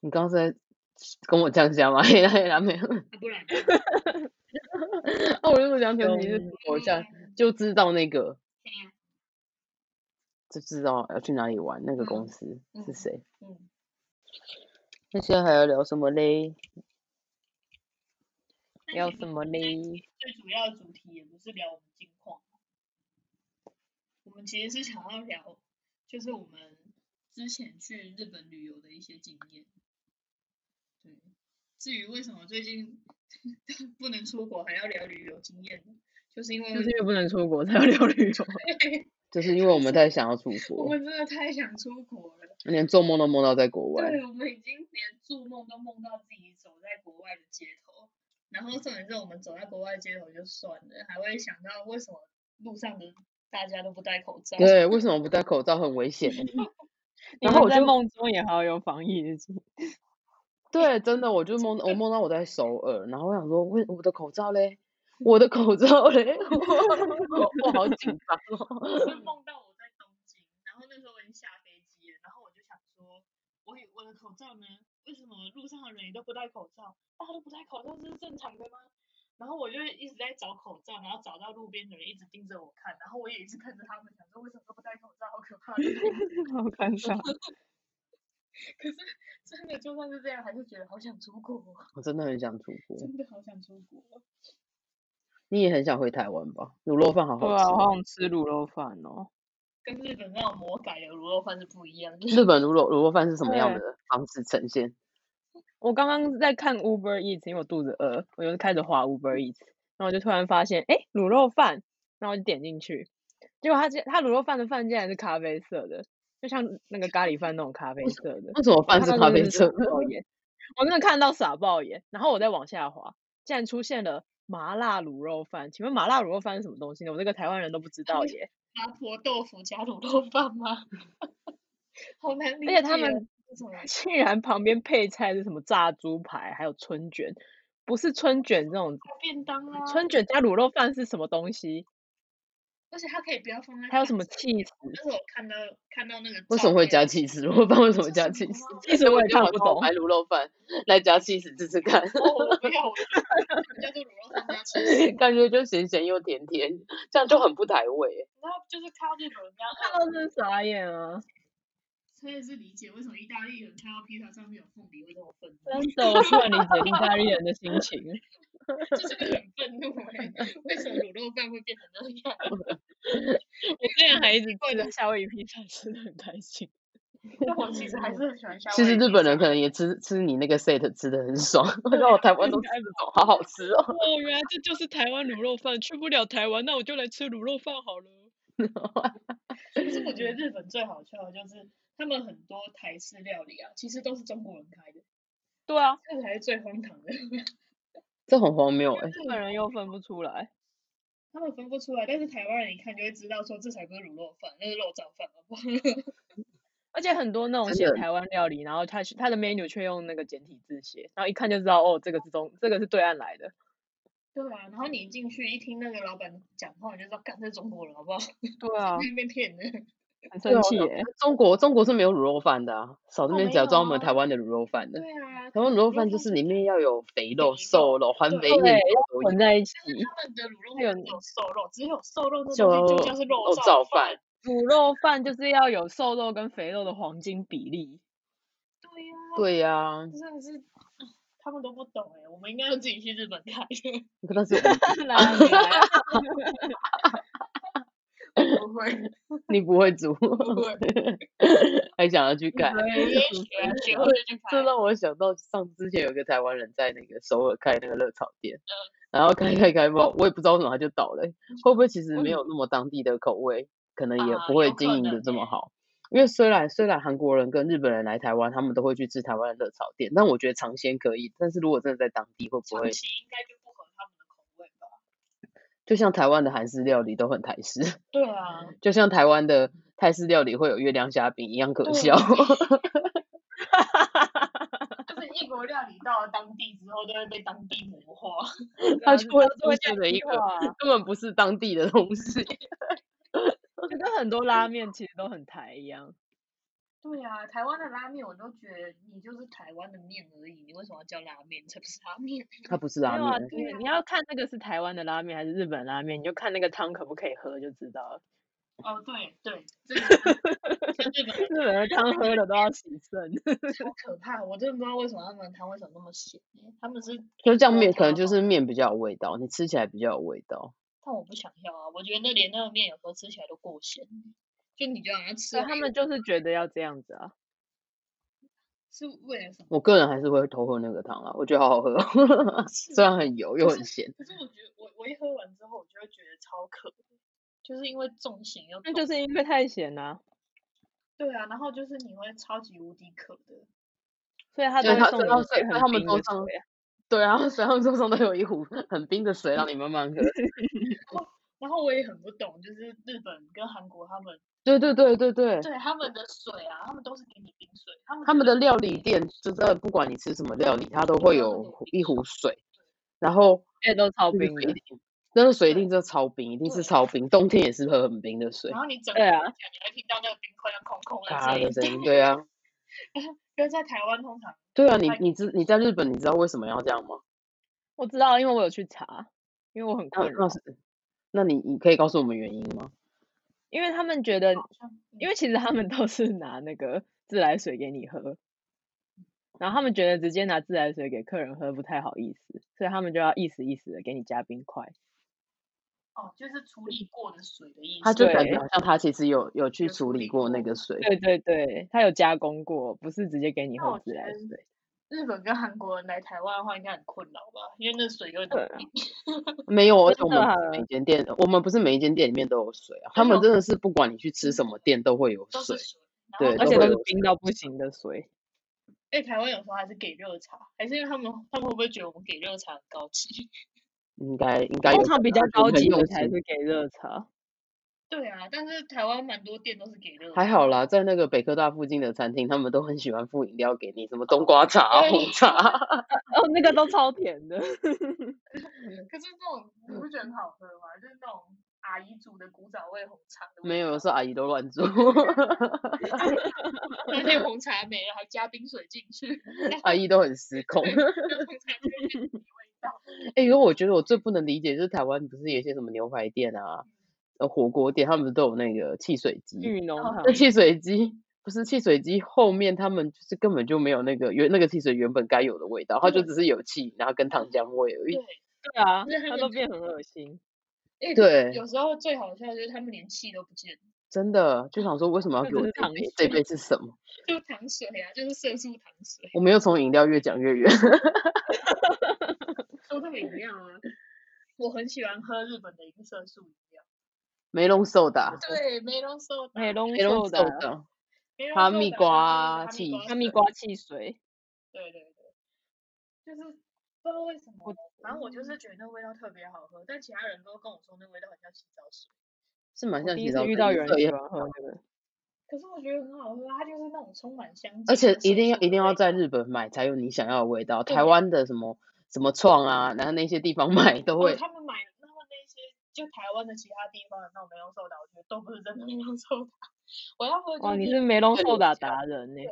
B: 你刚刚是在跟我这样讲吗？ 嘿啦嘿啦没有，
A: 啊 不然
B: 啊，我就两层级是
D: 有
B: Google 一下
A: 嗯
B: 就知道那个
A: 嘿呀
B: 就知道要去哪里玩，那个公
A: 嗯
B: 司是
A: 嗯
B: 谁。
A: 嗯，
B: 那现在还要聊什么嘞？
A: 那
D: 要
A: 其实
D: 什么
A: 这
D: 嘞？
A: 一集最主要的主题也不是聊我们近况，啊我们其实是想要聊，就是我们之前去日本旅游的一些经验。对，至于为什么最近 不能出国还要聊旅游经验呢，就是
D: 嗯
A: 因为
C: 就是因为不能出国才要聊旅 游。
B: 就是因为我们太想要出
A: 我
B: 国，
A: 们真的太想出国了。
B: 连做梦都梦到在国外。
A: 对，我们已经连做梦都梦到自己走在国外的街头，然后重点是我们走在国外街头就算了，还会想到为什么路上的大家都不戴口罩。
B: 对，为什么不戴口罩很危 险欸？
D: 你
B: 然后
D: 们
B: 我
D: 在
B: 就
D: 梦 中也好有防疫意识，
B: 对，真的，我就梦我梦到我在首尔，然后我想说，为我的口罩嘞，我的口罩嘞， 我我好紧张哦。
A: 我会梦到我在东京，然后那时候我已经下飞机了，然后我就想说，我以我的口罩呢？为什么路上的人也都不戴口罩？大家都不戴口罩，这是正常的吗？然后我就一直在找口罩，然后找到路边的人一直盯着我看，然后我也一直看着他们，想说为什么都不戴口罩，好可怕的感觉。
D: 好尴尬。
A: 可是真的就算是这样，还是觉得好想出国哦，
B: 我真的很想出国，
A: 真的好想出国哦。
B: 你也很想回台湾吧？卤肉饭好
D: 对
B: 好
D: 啊，我
B: 吃。
D: 好想吃卤肉饭哦。
A: 跟日本那种魔改的卤肉饭是不一样的。
B: 日本卤肉卤肉饭是什么样
D: 对
B: 的方式呈现？
D: 我刚刚在看 Uber Eats，因为我肚子饿，我就开始滑 Uber
B: 嗯
D: Eats，然后我就突然发现，哎，卤肉饭，然后我就点进去，结果它竟它卤肉饭的饭竟然是咖啡色的，就像那个咖喱饭那种咖啡色的。
B: 为什么
D: 我
B: 饭是
D: 看
B: 咖
D: 到真
B: 啡
D: 的是
B: 色？
D: 傻爆眼，我真的看到傻爆眼。然后我再往下滑，竟然出现了麻辣卤肉饭。请问麻辣卤肉饭是什么东西呢？我这个台湾人都不知道耶。
A: 麻婆豆腐加卤肉饭吗？ 好难理
D: 而
A: 解哦。
D: 且他们
A: 为什么
D: 竟然旁边配菜是什么炸猪排，还有春卷，不是春卷这种，
A: 它便当啊？
D: 春卷加卤肉饭是什么东西？
A: 而且它可以不要放在。
D: 还有 什么？气死？
A: 但是我看到看到那个
B: 为
A: 照
B: 什么会
A: 片
B: 加？气死？卤肉饭为什
A: 这
B: 么
A: 是
B: 加
A: 什
B: 气
A: 么
B: 死？
A: 啊
D: 其 实我也
B: 叫
D: 看
B: 我
D: 不
B: 跟我
D: 懂
B: 买。卤肉饭来加气死试试看，
A: 哦， 我不要，我不要什么叫做卤肉饭加起司？
B: 感觉就咸咸又甜甜，这样就很不台味欸。
A: 然后就是看到日本人家
D: 看到真的傻眼啊！
A: 所以是理解为什么意大利人看到披萨上面有凤梨会这么愤怒。
D: 真的，我突然理解意大利人的心 情。
A: 这真的很愤怒哎、为什么卤肉饭会变成那样？我之前还一直
D: 或
A: 记
D: 者
A: 得，
D: 夏威夷披萨吃的很开心。
A: 但我其实还是很喜欢夏
B: 其
A: 威
B: 实
A: 夷
B: 日
A: 披
B: 本
A: 萨
B: 人可能也吃吃你那个 set 吃的很爽，让我台湾都
D: 应
B: 吃
D: 该
B: 不懂，好好吃 哦。
D: 哦，原来这就是台湾卤肉饭，去不了台湾，那我就来吃卤肉饭好了。
A: 可是我觉得日本最好笑的就是他们很多台式料理啊，其实都是中国人开的，
D: 对啊，
A: 这才是最荒唐 的。
B: 这很荒谬哎、
D: 日本人又分不出来，
A: 他们分不出来，但是台湾人一看就会知道说这才不是卤肉饭，那是肉燥饭，好不好？
D: 而且很多那种
B: 真
D: 写
B: 的
D: 台湾料理，然后他他的 menu 却用那个简体字写，然后一看就知道哦，这个是中，这个是对岸来的。
A: 对啊，然后你进去一听那个老板讲话，你就知道干这中国人好不好？
D: 对啊，
A: 被骗 的。
D: 很
B: 对啊
D: 生气
B: 我
D: 耶。
B: 中国中国是没有卤肉饭的啊，少这
A: 哦
B: 边
A: 没
B: 假
A: 有
B: 装我们
A: 啊
B: 台湾的卤肉饭的。
A: 对啊，
B: 台湾卤肉饭就是里面要有肥肉、瘦肉、环肥
A: 对
B: 燕
D: 对，
B: 肉
D: 要
B: 都有
D: 混在一 起，
A: 但是他们的卤肉
D: 还有
A: 饭没有瘦肉，只有瘦肉那
B: 就
A: 东西就像是
B: 肉
A: 燥
B: 燥饭。
D: 卤肉饭就是要有瘦肉跟肥肉的黄金比 例。
A: 对呀、啊，
B: 对呀、
A: 真的是他们都不懂哎、我们应该要自己去日本看。
B: 但是我
D: 哪里来啊
A: 不会，
B: 你不会煮，
A: 不会，
B: 还想要去干。
A: 也
D: 对
A: 许啊学会就去
B: 这
A: 拍。
B: 让我想到上之前有个台湾人在那个首尔开那个热炒店，
A: 嗯
B: 然后开开开爆，我也不知道为什么他就倒了、会不会其实没有那么当地的口味，可能也
A: 啊
B: 不会
A: 有
B: 经
A: 可
B: 营的
A: 能
B: 这么
A: 欸
B: 好。因为虽然虽然韩国人跟日本人来台湾，他们都会去吃台湾的热炒店，但我觉得尝鲜可以。但是如果真的在当地，会不
A: 长
B: 会
A: 期应该就不合他们的口味吧？
B: 就像台湾的韩式料理都很台式，
A: 对啊，
B: 就像台湾的泰式料理会有月亮虾饼一样可
A: 对
B: 笑。
A: 就是异国料理到了当地之后，都会被当地魔化。 啊
B: 它就会
D: 都
B: 出现了一个
D: 化
B: 根本不是当地的东西。
D: 就跟很多拉面其实都很台一样。
A: 对啊，台湾的拉面我都觉得你就是台湾的面而已，你为什么要叫拉面？才不是拉面。
B: 它不是
D: 没
B: 拉
D: 有啊，
B: 面，
D: 就是
A: 对
D: 你要看那个是台湾的拉面还是日本拉面，你就看那个汤可不可以喝就知道了。
A: 哦，对对，这个 是像日本人
D: 日本的汤喝了都要洗肾，
A: 好可怕，我真的不知道为什么他们汤为什么那么咸，他们是，
B: 就这样
D: 嗯
A: 锅
B: 面可能
A: 汤
B: 就
A: 哦
B: 是面比较有味道，你吃起来比较有味道。
A: 但我不想要啊，我觉得那连那个面有时候吃起来都过咸，就你觉得好像吃
D: 所以
A: 了
D: 他们就是觉得要这样子啊。
A: 是为了什么？
B: 我个人还是会偷喝那个汤啊，我觉得好好喝
D: 嗯
B: 哦，
A: 是
B: 虽
A: 啊
B: 然很油又
A: 就
B: 很咸。
A: 可是我觉得我我一喝完之后，我就会觉得超渴，就是因为重咸又
D: 那
A: 重
D: 就是因为太咸啊啦、
A: 对啊，然后就是你会超级无敌渴的，
D: 所以他
B: 对
D: 都
B: 他
D: 会送
B: 所以他所以所以
D: 你一些很
B: 他们
D: 冰
B: 都
D: 的
B: 上
D: 水啊
B: 对啊，所以他们桌上都有一壶很冰的水让你慢慢喝。
A: 然后我也很不懂，就是日本跟韩国他们
B: 对对对对对，
A: 对他们的水啊，他们都是给你冰水，他们
B: 他
A: 觉
B: 们
A: 得
B: 的料理店就是不管你吃什么料理，它都
A: 都
B: 会有
A: 有
B: 壶
A: 冰
B: 一壶水，然后
D: 哎、都超
B: 那个
D: 冰
B: 水一
D: 的。
B: 定那个水一
A: 对
B: 定是超冰，一定是
A: 对
B: 超冰，冬天也是喝很冰的水
A: 然，后你整个
D: 对啊，
A: 你会听到那个冰块像空空的
B: 咔
A: 声
B: 的
A: 音，
B: 声音。对啊，
A: 因为在台湾通常
B: 对啊，你
A: 太
B: 你知你在日本，你知道为什么要这样吗？
D: 嗯我知道，因为我有去查，因为我很
B: 那
D: 困扰
B: 那，是，那你你可以告诉我们原因吗？
D: 因为他们觉得
A: 好像
D: 因为其实他们都是拿那个自来水给你喝，然后他们觉得直接拿自来水给客人喝不太好意思，所以他们就要意思意思的给你加冰块。
A: 哦，就是处理过的水的意思。
B: 他就感觉
D: 对
B: 好像他其实有有去
A: 有处
B: 处理
A: 理
B: 过那
A: 过
B: 个水，
D: 对对对，他有加工过，不是直接给你
A: 那
D: 喝
A: 我
D: 自
A: 觉
D: 来
A: 得
D: 水。
A: 日本跟韩国人来台湾的话，应该很困扰吧？因为那水有
D: 对
A: 点
D: 啊
A: 冰。
B: 没有，而且
D: 真
B: 我们
D: 的
B: 不是每间店，我们不是每一间店里面都有水啊，他
A: 真
B: 们
A: 的
B: 真的是不管你去吃什
D: 嗯
B: 么店都会有
A: 都
B: 水
A: 是，水。然
B: 对
A: 后
D: 而
B: 都
D: 且
B: 会
D: 都是
B: 有
D: 冰到不行的水，
A: 哎、台湾有时候还是给热茶，还是因为他们他们会不会觉得我们给热茶很高级？
B: 应该应该有
D: 通
B: 可
D: 常比
B: 能
D: 较
B: 他
D: 高
B: 们很
D: 级的
B: 用
D: 才
B: 心
D: 是给热哦茶。
A: 对啊，但是台湾蛮多店都是给热茶。
B: 还好啦，在那个北科大附近的餐厅，他们都很喜欢附饮料给你，什么冬瓜茶啊、
A: 对
B: 红茶，
D: 哦，那个都超甜的，
A: 嗯可是那种你不觉得很好喝吗？就是那种阿姨煮的古早味红茶的味
B: 没有，
A: 道
B: 是阿姨都乱做，
A: 那天红茶没了，还加冰水进 去，
B: 阿姨都很失 控。
A: 那红茶就变成 没味道。
B: 哎、因为我觉得我最不能理解就是台湾不是有一些什么牛排店啊、呃火锅店，他们都有那个汽水机，
D: 玉浓
A: 哦
D: 汤
B: 那。汽水机不是汽水机后面他们就是根本就没有那个原那个汽水原本该有的味道，它就
A: 对
B: 只是有气，然后跟糖浆味而已
A: 对。
D: 对啊
A: 那他，
D: 它
A: 们
D: 都
A: 就
D: 变很恶心。
A: 哎
B: 对
A: 有时候最好笑就是他们连气都不见了，
B: 真的就想说，为什么要
D: 那
B: 给
D: 只
B: 我
D: 是
B: 这
D: 糖
B: 杯？这杯是什么？
A: 就糖水啊，就是色素糖水，
B: 我们又从饮料越讲越远。
A: 说到饮料啊，我很喜欢喝日本的一个色素饮料，
B: 梅隆寿达、
A: 对，梅隆寿达，
D: 美隆
B: 梅隆
D: 寿
B: 寿
D: 的
B: 达，
A: 梅隆
B: 哈
A: 寿
B: 密
A: 达
B: 瓜
A: 就是
B: 气
D: 哈
A: 哈
D: 密
A: 密
D: 瓜
A: 瓜水，
D: 汽水，
A: 对对对，就是不知道为什么，反正我就是觉得那味道特别好喝，但其他人都跟我说那味道很像洗澡水，
B: 是蛮
D: 我
B: 像
D: 第
B: 洗
D: 一
B: 澡
D: 次遇
B: 水
D: 到
B: 颜
D: 有人
B: 色也
D: 喜
B: 很
D: 欢喝那个。
A: 可是我觉得很好喝，啊它就是那种充满香精
B: 而
A: 跟色素的味道，
B: 且一定要一定要在日本买才有你想要的味道。
A: 对
B: 台湾的什么什么创啊，然后那些地方买都
A: 哦，
B: 会，
A: 他们买的那么那些，就台湾的其他地方的那种梅龙寿打，我觉得都不是真的梅龙寿打。我要喝
D: 哇，
A: 就
D: 你
A: 是
D: 是梅龙
B: 最
D: 寿
B: 廉
D: 打
B: 价
D: 达人呢、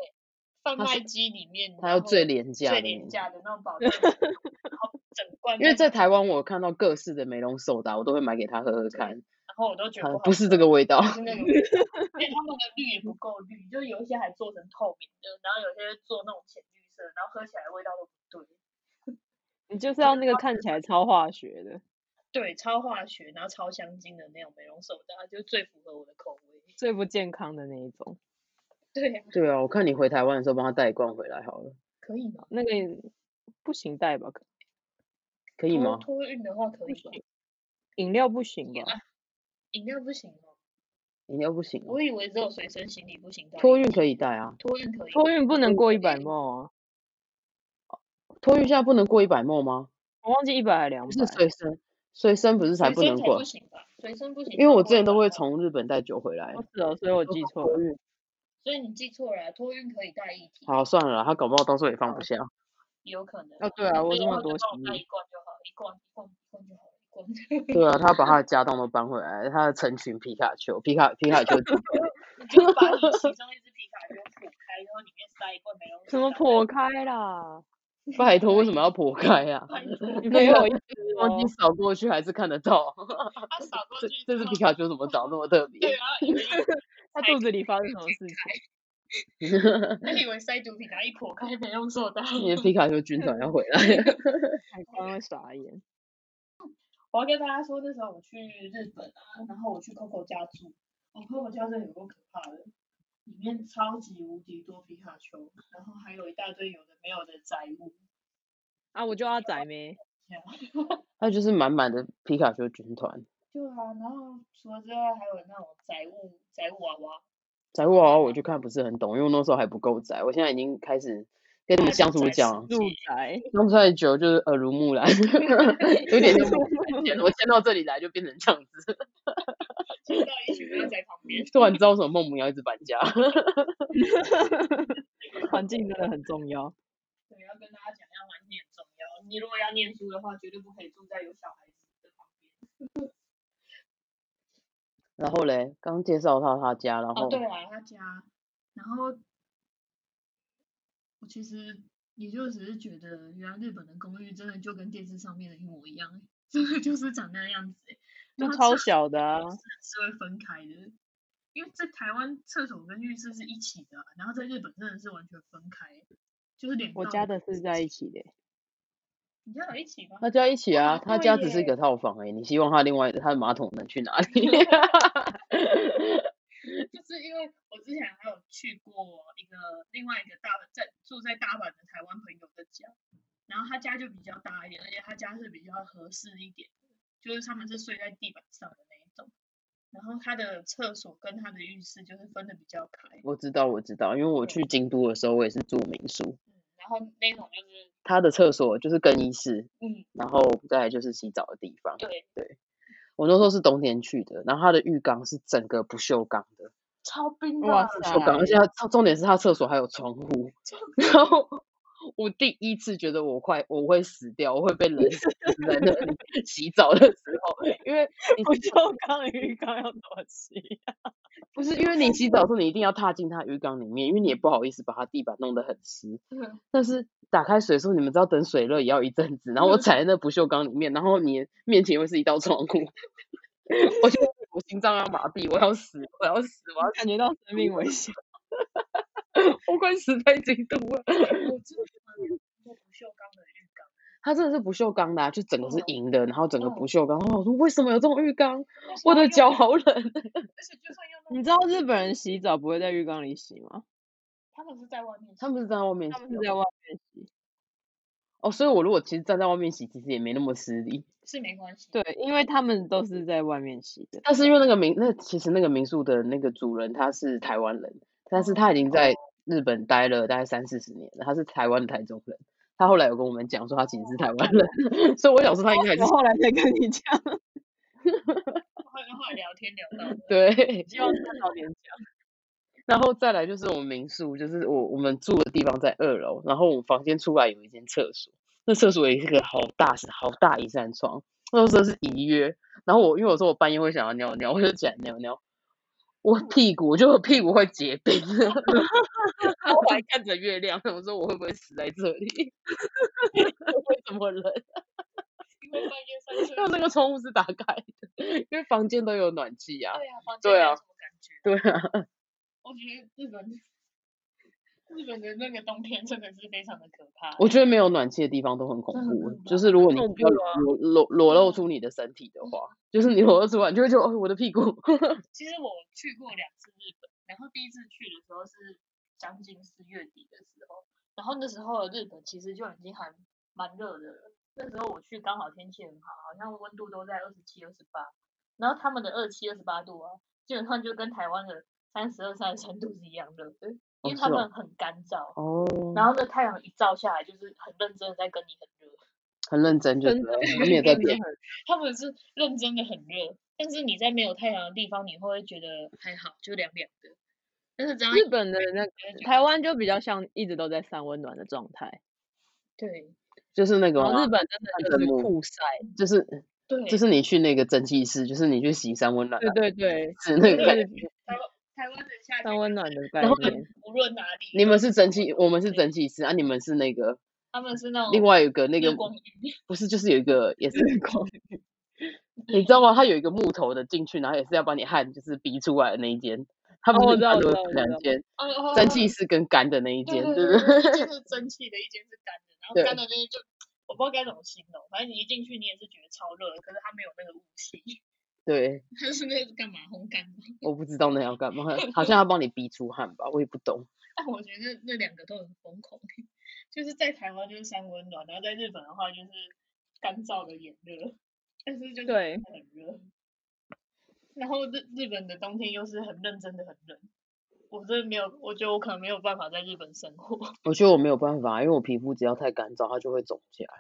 A: 贩
B: 它
A: 卖
B: 是
A: 机里面，
B: 它
A: 然
B: 要
A: 后
B: 最廉价的
A: 最
B: 那
A: 廉
B: 种，
A: 价的那种 保健品，然后整罐，
B: 因为在，台湾我看到各式的梅龙手打，我都会买给他喝喝看，
A: 然后我都觉得
B: 它
A: 不好
B: 不是这个味道
A: 喝，，是那个味道，而且他们的绿也不够绿，就有一些还做成透明的，然后有些做那种浅绿色，然后喝起来味道都不对。
D: 你就是要那个看起来超化学的。
A: 对，超化学，然后超香精的那种美容手袋，就最符合我的口味。
D: 最不健康的那一种。
A: 对呀、
B: 对啊，我看你回台湾的时候帮他带一罐回来好了，
A: 可以吗？
D: 那个也不行带吧？
B: 可以
A: 托
B: 吗？
A: 托运的话可以吧？
D: 饮料不行啊吧？
A: 饮料不行哦，
B: 饮料不行哦，
A: 我以为只有随身行李不行带。
B: 托运可以带啊，
A: 托运可以，
D: 托运不能过一百
A: 运
D: 毛啊！
B: 托运现在不能过一百墨吗？
D: 我忘记一百还两
B: 不
D: 百。
B: 是随身，随身不是
A: 随
B: 才不
A: 身
B: 能
A: 才
B: 过
A: 不，行啊吧？随身不行，
B: 因为我之前
A: 托
B: 都
A: 运
B: 会
A: 吧，
B: 从日本带酒回来
D: 不，是哦，所以我
B: 都
D: 记
B: 是
D: 错
B: 托
D: 了。
B: 运
A: 所以你记错了啊，托运可以带一体，
B: 好算了啦，他搞不好到时候也放不下。
A: 有可能。
D: 啊，对啊，我
A: 所以
D: 这
A: 的话
D: 么
A: 就
D: 多
A: 哦帮我
D: 行
A: 带
D: 李，
A: 一罐就好，一罐一罐一罐就好，一罐。
B: 对啊，他把他的家当都搬回来，他的成群皮卡丘，皮卡皮卡丘几个，
A: 你 就把你其中一只皮卡丘破开，然后里面塞一罐美容手
D: 什么
A: 袋
D: 破开啦？
B: 拜托，为什么 要破开啊？
A: 拜托
D: 你没有一只
B: 光
D: 哦
B: 机扫过去还是看得到，
A: 他扫过
B: 这
A: 去
B: 这
A: 之
B: 只
A: 后
B: 皮卡丘怎么长那么特
A: 对
B: 别？
A: 啊，以为
D: 它
A: 才
D: 肚子里发生什么事情？
A: 他以为塞毒品，他一破开没用手袋。
B: 你的皮卡丘军团要回来了，
D: 海关会傻眼。
A: 我要跟大家说，那时候我去日本啊，然后我去 Coco 家住，哦，Coco 家真的有够可怕的，里面超级无敌多皮卡丘，然后还有一大堆有的没有的宅物。
D: 啊，我就要宰咩？
B: 他就是满满的皮卡丘军团。
A: 对啊，然后除了之外，还有那种宅物宅物娃娃，
B: 宅物娃娃我就看不是很懂，因为我那时候还不够宅，我现在已经开始跟你们相处
A: 宅
B: 讲，
D: 住宅，
B: 相处太久就是耳濡目染， 有点像我以前我迁到这里来就变成这样子，
A: 就到一群
D: 嗯
A: 人在旁边。
B: 突然知道为什么孟母要一直搬家。
D: 环境真的很重要。
A: 对，要跟大家讲，要玩念重要。你如果要念书的话，绝对不可以住在有小孩子的旁边。
B: 然后嘞，刚介绍到他家，然
A: 哦，
B: 后
A: 对啊，他家，然后我其实也就只是觉得，原来日本的公寓真的就跟电视上面的一模一样欸，真的就是长那样子欸，
D: 就
A: 然后
D: 超
A: 厕所
D: 小的啊
A: 跟，浴室是会分开的，因为在台湾厕所跟浴室是一起的啊、然后在日本真的是完全分开，就是连
D: 我
A: 到
D: 家的是在一起的。
A: 你家有一起吗？
B: 他家一起啊，
A: 哦
B: 他
A: 对
B: 家只是一
A: 耶
B: 个套房哎、你希望他另外他的马桶能去哪里？
A: 就 是因为我之前还有去过一个另外一个大在住在大阪的台湾朋友的家，然后他家就比较大一点，而且他家是比较合适一点的，就是他们是睡在地板上的那一种。然后他的厕所跟他的浴室就是分的比较开，
B: 我知道，我知道，因为我去京都的时候我也是住民宿，
A: 嗯，然后那种就是
B: 他的厕所就是更衣室，
A: 嗯
B: 然后再来就是洗澡的地方。
A: 对，
B: 我那时候是冬天去的，然后它的浴缸是整个不锈钢的，
A: 超冰的
D: 哇
A: 啊，
B: 不锈钢，而且
D: 塞！
B: 它它重点是它厕所还有窗户，然后我第一次觉得我快我会死掉，我会被冷死死在那里洗澡的时候，因为你
D: 不
B: 洗
D: 锈钢鱼缸要多细？
B: 不是因为你洗澡的时候你一定要踏进它浴缸里面，因为你也不好意思把它地板弄得很湿，
A: 嗯
B: 但是打开水的时候，你们知道等水热也要一阵子，然后我踩在那不锈钢里面，然后你的面前又是一道窗户， 我就 我心脏要麻痹，我要死，我要死，我要
D: 我感觉到生命危险。
B: 我快死在京都了。
A: 我真的没
B: 嗯
A: 有看过不锈钢的浴缸，
B: 它真的是不锈钢的、啊，就整个是
A: 嗯
B: 银的，然后整个
A: 嗯
B: 不锈钢。然后我说为什么有这种浴缸？
A: 但是
B: 我
D: 哦
A: 它
B: 的
A: 又
B: 脚
A: 没有，
B: 好嗯冷。
A: 而且就算用那种
D: 你知道日本人洗澡不会在浴缸里洗吗？
A: 他们是在外面洗，
B: 他们是站在外面
D: 他
B: 洗
D: 们是
B: 哦
D: 在外面洗。
B: 哦，所以我如果其实站在外面洗，其实也没那么失礼。
A: 是没关系，
D: 对，因为他们都是在外面洗的。
B: 但是因为那个民，那其实那个民宿的那个主人他是台湾人，但是他已
D: 哦
B: 经在日本待了大概三四十年了，他是台湾的台中人。他后来有跟我们讲说他其实是台湾
D: 哦
B: 人，所以我想说他应该还是
D: 我后来才跟你讲，
A: 后来后来聊天聊到的。
B: 对。
D: 希望他早点讲。
B: 然后再来就是我们民宿，就是我我们住的地方在二楼，然后我们房间出来有一间厕所，那厕所也是个好大好大一扇窗，那时候是一约。然后我因为我说我半夜会想要尿尿，我就起来尿尿，我屁股我就我屁股会结冰， 然后我还看着月亮，我说我会不会死在这里？ 我会怎 么冷？
A: 因为半夜三
B: 然后那
A: 更，
B: 个窗户是打开的，因为房间都有暖气呀、
A: 对啊，房间
B: 对
A: 没
B: 啊
A: 有什么感觉。
B: 对啊，
A: 我觉得日本日本的那个冬天真的是非常的可怕。
B: 我觉得没有暖气的地方都很恐
A: 真的
B: 怖
A: 很。
B: 就
A: 恐
B: 是如果你
D: 恐
B: 不要
D: 怖啊嗯
B: 裸裸裸露出你的身体的话，就是你裸露出来，你就会觉得、哦、我的屁股。
A: 其实我去过两次日本，然后第一次去的时候是将近四月底的时候，然后那时候的日本其实就已经还蛮热的了。那时候我去刚好天气很好，好像温度都在二十七、二十八，然后他们的二七、二十八度啊，基本上就跟台湾的三十二、三十三度是一样热的，因为
B: 哦
A: 他
B: 是哦
A: 们很干燥，
B: 哦，
A: 然后那太阳一照下来，就是很认真的在跟你很热。
B: 很认真，就
D: 真
B: 是
D: 的
B: 他们也 在变。
A: 他们是认真的很热，但是你在没有太阳的地方，你会觉得还好，就凉凉的。但是只要
D: 日
A: 一
D: 本的那
A: 觉得就
D: 台湾就比较像一直都在散温暖的状态，
A: 对
B: 就是那个
D: 然后
B: 嘛
D: 哦日本真的就
B: 看真
D: 是
B: 木
D: 酷晒，
B: 就是
A: 对，
B: 就是你去那个蒸汽室，就是你去洗三温暖
D: 对
B: 的，
D: 对啊对，
B: 是 那
A: 对
B: 个
A: 对
B: 感觉。
A: 台湾的夏
D: 散
A: 天，
D: 温暖的概
B: 然后
D: 念。
A: 无论哪里，
B: 你们是蒸
A: 整
B: 汽，
A: 体，
B: 我们是
A: 对
B: 蒸汽室啊，你们是那个
A: 他们是那
D: 哦
A: 种
B: 另外有个那
A: 日
B: 个
A: 光浴，
B: 不是，就是有一个也是
D: 光，
B: 你知道吗？它有一个木头的进去，然后也是要把你汗就是逼出来的那一间。它
D: 哦
B: 不
D: 我
B: 是
D: 知道
B: 单
D: 我
B: 独
D: 知道我知
B: 两
D: 道
B: 间，
A: 哦哦
B: 蒸
A: 哦
B: 汽室跟干的那一
A: 对
B: 间，
A: 对
B: 对
A: 对
B: 不
A: 对，
B: 对？
A: 一间是蒸汽的，一间是干的，然后
B: 对
A: 干的那边就我不知道该怎么形容，反正你一进去你也是觉得超热的，可是它没有那个雾气，
B: 对，
A: 它是那个干嘛烘干的。
B: 我不知道那要干嘛，好像要帮你逼出汗吧，我也不懂。
A: 但我觉得那两个都很疯狂，就是在台湾就是三温暖，然后在日本的话就是干燥的炎热，但是就是
D: 对
A: 很热。然后日日本的冬天又是很认真的很冷，我真的没有，我觉得我可能没有办法在日本生活。
B: 我觉得我没有办法，因为我皮肤只要太干燥，它就会肿起来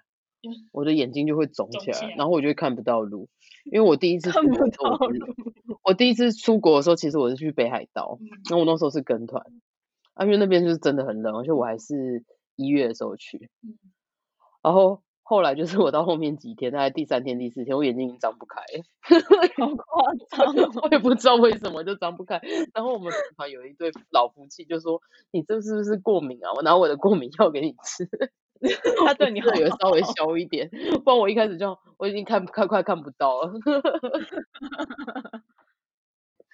A: 嗯，
B: 我的眼睛就会肿
A: 肿
B: 起
A: 起
B: 来，
A: 来
B: 然后我就会看不到路。因为我第一次
D: 看
B: 出
D: 不
B: 国的时候我
D: 到
B: 是我第一次出国的时候，其实我是去北海道，
A: 嗯，
B: 然后我那时候是跟团，啊，因为那边就是真的很冷，而且我还是一月的时候去
A: 嗯，
B: 然后后来就是我到后面几天，大概第三天、第四天，我眼睛已经张不开了，
D: 好夸张哦！
B: 我也不知道为什么就张不开。然后我们同团有一对老夫妻就说：“你这是不是过敏啊？我拿我的过敏药给你吃。”
D: 他对你好
B: 这有稍微消一点，不然我一开始就我已经看看快看不到了。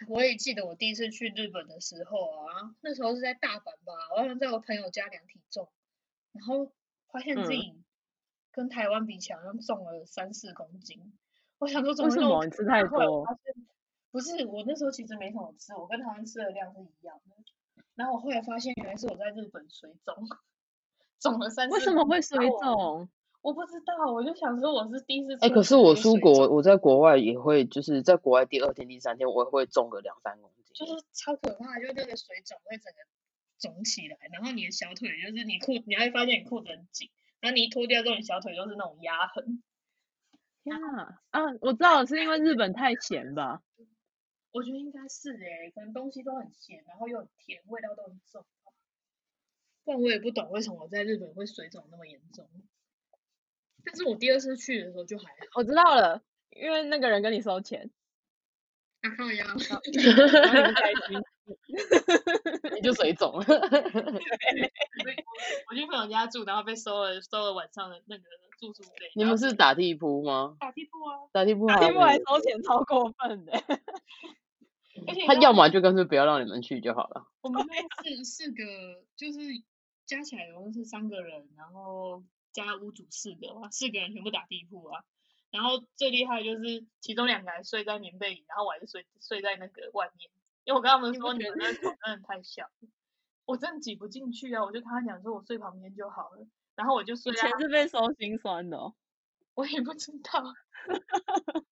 A: 我也记得我第一次去日本的时候啊，那时候是在大阪吧，我好像在我朋友家量体重，然后发现自
D: 嗯
A: 己跟台湾比起来好像重了三四公斤。我想说怎
D: 为
A: 么
D: 什
A: 那
D: 么
A: 重
D: 你吃太
A: 然后我
D: 多？
A: 发现不是，我那时候其实没什么吃，我跟他们吃的量是一样的。然后我后来发现，原来是我在日本水肿，肿了三四。
D: 为什么会水
A: 然后我？
D: 肿？
A: 我不知道，我就想说我是第一次出国
B: 哎、
A: 就水肿。
B: 可是我出国，我在国外也会，就是在国外第二天、第三天，我也会重个两三公
A: 就
B: 斤。
A: 是超可怕，就是那个水肿会整个肿起来，然后你的小腿就是你裤，你还会发现你裤子很紧，然后你一脱掉之后，你小腿都是那种压痕。
D: 天啊啊！我知道了是因为日本太咸吧？
A: 我觉得应该是哎、可能东西都很咸，然后又很甜，味道都很重。但我也不懂为什么我在日本会水肿那么严重。但是我第二次去的时候就还好，
D: 我知道了，因为那个人跟你收 钱，
A: 然后呀，
D: 然后你不开 心，
B: 你就水肿了。
A: 我去朋友家住，然后被收了收了晚上的那个住宿费。
B: 你
A: 然后
B: 们是打地铺吗？
A: 打地铺啊？
B: 打地铺
D: 打
B: 还
D: 电话来
B: 没
D: 收钱超过分的。
A: 而且你
B: 他
A: 知道
B: 要么就干脆不要让你们去就好了。
A: 我们那四四个就是加起来总共是三个人，然后加屋主四个嘛，四个人全部打地铺啊。然后最厉害的就是其中两个还睡在棉被里，然后我还是睡睡在那个外面，因为我跟他们
D: 你不
A: 说你
D: 觉
A: 们那床真的太小了，我真的挤不进去啊！我就跟他讲说我睡旁边就好了，然后我就睡
D: 以
A: 在
D: 前
B: 啊
A: 他，
D: 是被收心酸的哦，
A: 我也不知道。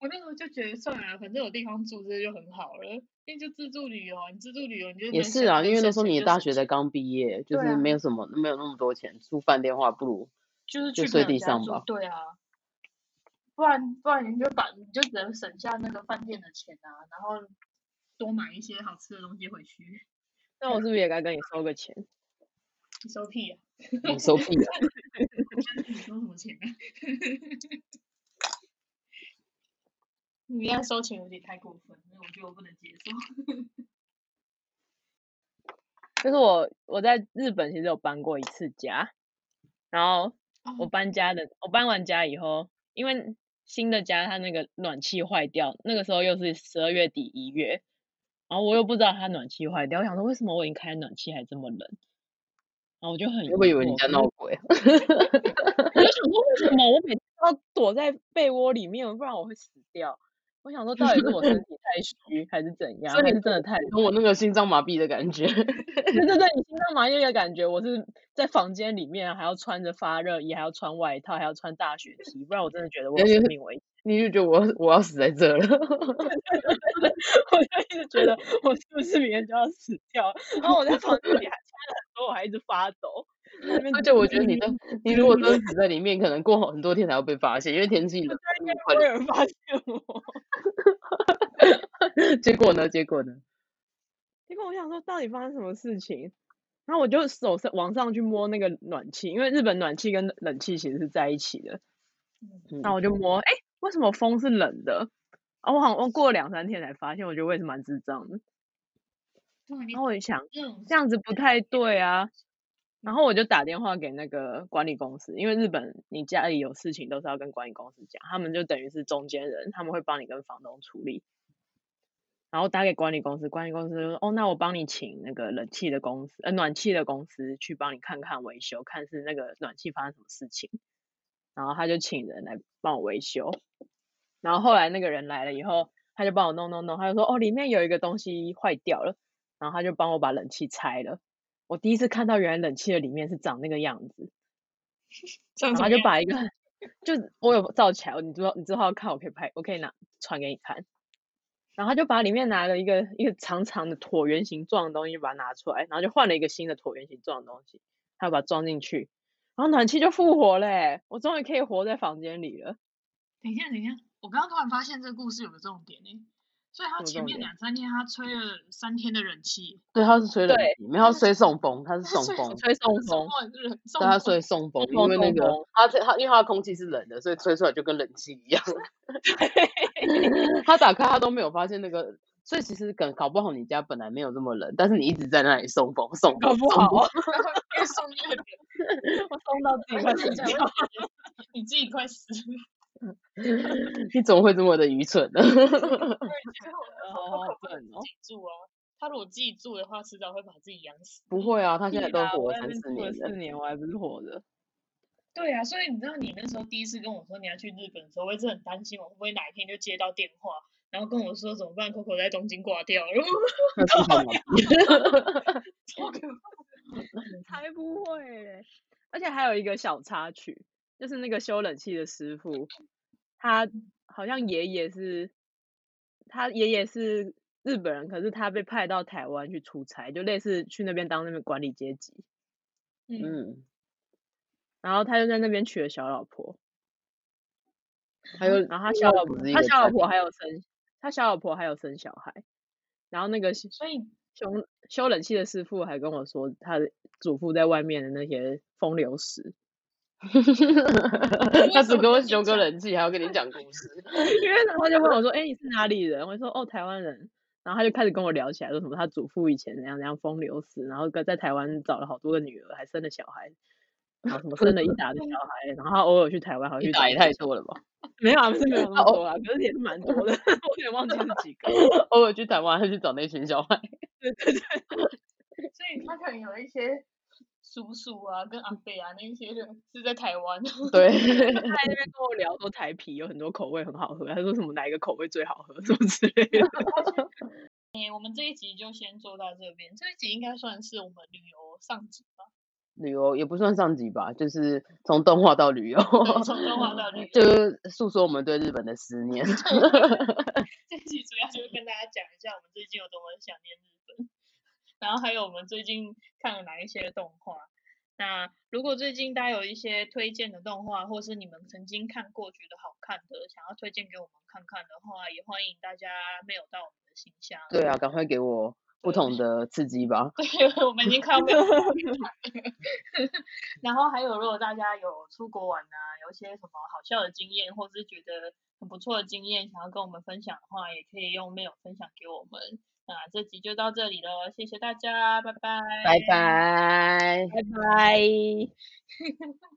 A: 我那时候就觉得算了，啊反正有地方住这就很好了，因为就自助旅游啊，你自助旅游你就
B: 也
A: 能
B: 是
A: 省
B: 啊，
A: 钱
B: 因为那
A: 省
B: 时候
A: 钱
B: 你
A: 就
B: 大
A: 省
B: 学才刚毕业，就
A: 对
B: 是
A: 啊
B: 没有什么没有那么多钱，住饭店话不 如
A: 就是
B: 就
A: 去
B: 睡
A: 朋友
B: 地
A: 家
B: 上
A: 住
B: 吧
A: 对啊，不然不然你就把你就只能省下那个饭店的钱啊，然后多买一些好吃的东西回去。
B: 啊
D: 那我是不是也该跟你收个钱？
A: 你收屁啊！
B: 你收屁啊！
A: 你收什么钱啊？ 你要收钱有点太过分，那我觉得我不能接受。
D: 就是我我在日本其实有搬过一次家，然后我
B: 嗯
A: 哦
D: 搬家的，我搬完家以后，因为新的家它那个暖气坏掉，那个时候又是十二月底一月，然后我又不知道它暖气坏掉，我想说为什么我已经开暖气还这么冷，然后我就很疑
B: 我以为
D: 惑
B: 你家
D: 我
B: 闹 鬼，啊
D: 我就想说，为什么我每次都要躲在被窝里面，不然我会死掉？我 想说，到底是我身体太虚，还是怎样？
B: 所以
D: 还
B: 你
D: 是真的太……
B: 跟我那个心脏麻痹的感觉。
D: 对对对，你心脏麻痹的感觉，我是在房间里面还要穿着发热衣，还要穿外套，还要穿大雪 T，不然我真的觉得我有
B: 那就
D: 生
B: 是
D: 命危险。
B: 你就觉得我我要死在这了，
D: 我就一直觉 得我是不是明天就要死掉了？然后我在房间里还穿了很多，我还一直发抖。在那边
B: 而且我觉得你
D: 滴
B: 的你如果真的死在里面，可能过很多天才会被发现，啊因为天气冷，
D: 应该
B: 快
D: 不会有人发现我。
B: 结果呢？结果呢？
D: 结果我想说，到底发生什么事情？然后我就手上往上去摸那个暖气，因为日本暖气跟冷气其实是在一起的。那我就摸，哎、为什么风是冷的？啊，我好像我过了两三天才发现，我觉得我也是蛮智障的。
A: 对啊你
D: 然后我一想，
A: 这种
D: 这样子不太对啊。然后我就打电话给那个管理公司，因为日本你家里有事情都是要跟管理公司讲，他们就等于是中间人，他们会帮你跟房东处理。然后打给管理公司，管理公司就说：“哦，那我帮你请那个冷气的公司，呃，暖气的公司去帮你看看维修，看是那个暖气发生什么事情。”然后他就请人来帮我维修。然后后来那个人来了以后，他就帮我弄弄弄，他就说：“哦，里面有一个东西坏掉了。”然后他就帮我把冷气拆了。我第一次看到原来冷气的里面是长那个样子，
A: 这样怎
D: 然后
A: 么
D: 他就
A: 样
D: 把一个， 就是我有照起来，你知道你之后要看，我可以拍，我可以拿传给你看。然后他就把里面拿了一个一个长长的椭圆形状的东西，就把它拿出来，然后就换了一个新的椭圆形状的东西，他把它装进去，然后暖气就复活嘞、我终于可以活在房间里了。
A: 等一下，等一下，我刚刚突然发现这个故事有个重点呢，所以他
D: 什么
A: 前
D: 重
A: 面
D: 点
A: 两三天他吹了三天的人气，
B: 对，他是吹冷
D: 对
B: 气，没有他是吹送风，他是送
A: 吹
B: 风，
D: 吹送
A: 送
D: 风，
A: 我人送
B: 对，他
A: 我
B: 吹送风，因
D: 风
B: 为那
D: 送
B: 个
D: 风
B: 他吹他因为他的空气是冷的，所以吹出来就跟冷气一样。 他打开他都没有发现那个，所以其实可能搞不好你家本来没有这么冷，但是你一直在那里送风送
D: 搞
B: 风，
D: 不
B: 送
D: 好
B: 风
D: 我
A: 然后越 送越冷，
D: 送到自己快
A: 而且
D: 死
A: 你才会
D: 掉。
A: 觉得你自己快死了。
B: 你怎么会这么的愚蠢呢？
A: 最后
D: 哦
A: 我
D: 好
A: 口
D: 笨哦
A: 自己住啊，他如果自己住的话，迟早会把自己养死。
B: 不会啊，他现在
D: 屁
B: 都
D: 啦
B: 活
D: 我
B: 了
D: 在那
B: 三
D: 边
B: 四
D: 住了
B: 年了
D: 四。年，我还不是活着。
A: 对啊，所以你知道你那时候第一次跟我说你要去日本的时候，我一直很担心我会不会哪一天就接到电话，然后跟我说怎么办，Coco 在东京挂掉了，
B: 那心 脏麻痹
A: 超可怕。
D: 才不会嘞！而且还有一个小插曲，就是那个修冷气的师傅，他
B: 嗯
D: 好像爷爷是，他爷爷是日本人，可是他被派到台湾去出差，就类似去那边当那边管理阶级。
A: 嗯，
B: 嗯，
D: 然后他就在那边娶了小老婆，
B: 还有，
D: 然后他小老婆，
B: 不是一
D: 嗯他
B: 个
D: 小
B: 家
D: 老婆
B: 庭
D: 还有生，他小老婆还有生小孩。然后那个修
A: 所以
D: 修冷气的师傅还跟我说，他的祖父在外面的那些风流史，
B: 他只
A: 什么
B: 跟我
A: 跟你
B: 修个
A: 讲
B: 冷气，还要跟你讲故事。
D: 因为然后就问我说：“哎、你是哪里人？”我就说：“哦，台湾人。”然后他就开始跟我聊起来，说什么他祖父以前怎样怎样风流史，然后跟在台湾找了好多个女儿，还生了小孩，然后什么生了一打个小孩，然后他偶尔去台湾，还会
B: 你
D: 去
B: 打也
D: 台
B: 太多了吧？
D: 没有啊，不是没有那么
B: 哦
D: 多啦，可是也是蛮多的， 我有点忘记是几个。
B: 偶尔去台湾还去找那群小 孩，
A: 所以他可能有一些叔叔啊，跟阿伯啊那一些人是在台湾，
B: 对，
D: 他在那边跟我聊说台啤有很多口味很好喝，他说什么哪一个口味最好喝什么之类的。
A: 哎我们这一集就先做到这边，这一集应该算是我们旅游上集吧，
B: 旅游也不算上级吧，就是从动画到旅游，
A: 对从中华到旅游。
B: 就是诉说我们对日本的思念。
A: 这 一集主要就是跟大家讲一下我们最近有多么想念日本，然后还有我们最近看了哪一些动画。那如果最近大家有一些推荐的动画，或是你们曾经看过觉得好看的，想要推荐给我们看看的话，也欢迎大家 mail 到我们的信箱。
B: 对啊，赶快给我不同的刺激吧。
A: 对， 我们已经快要被 然后还有，如果大家有出国玩啊，有一些什么好笑的经验，或是觉得很不错的经验，想要跟我们分享的话，也可以用 mail 分享给我们。那这集就到这里了，谢谢大家，拜拜，
B: 拜拜。
D: 拜拜。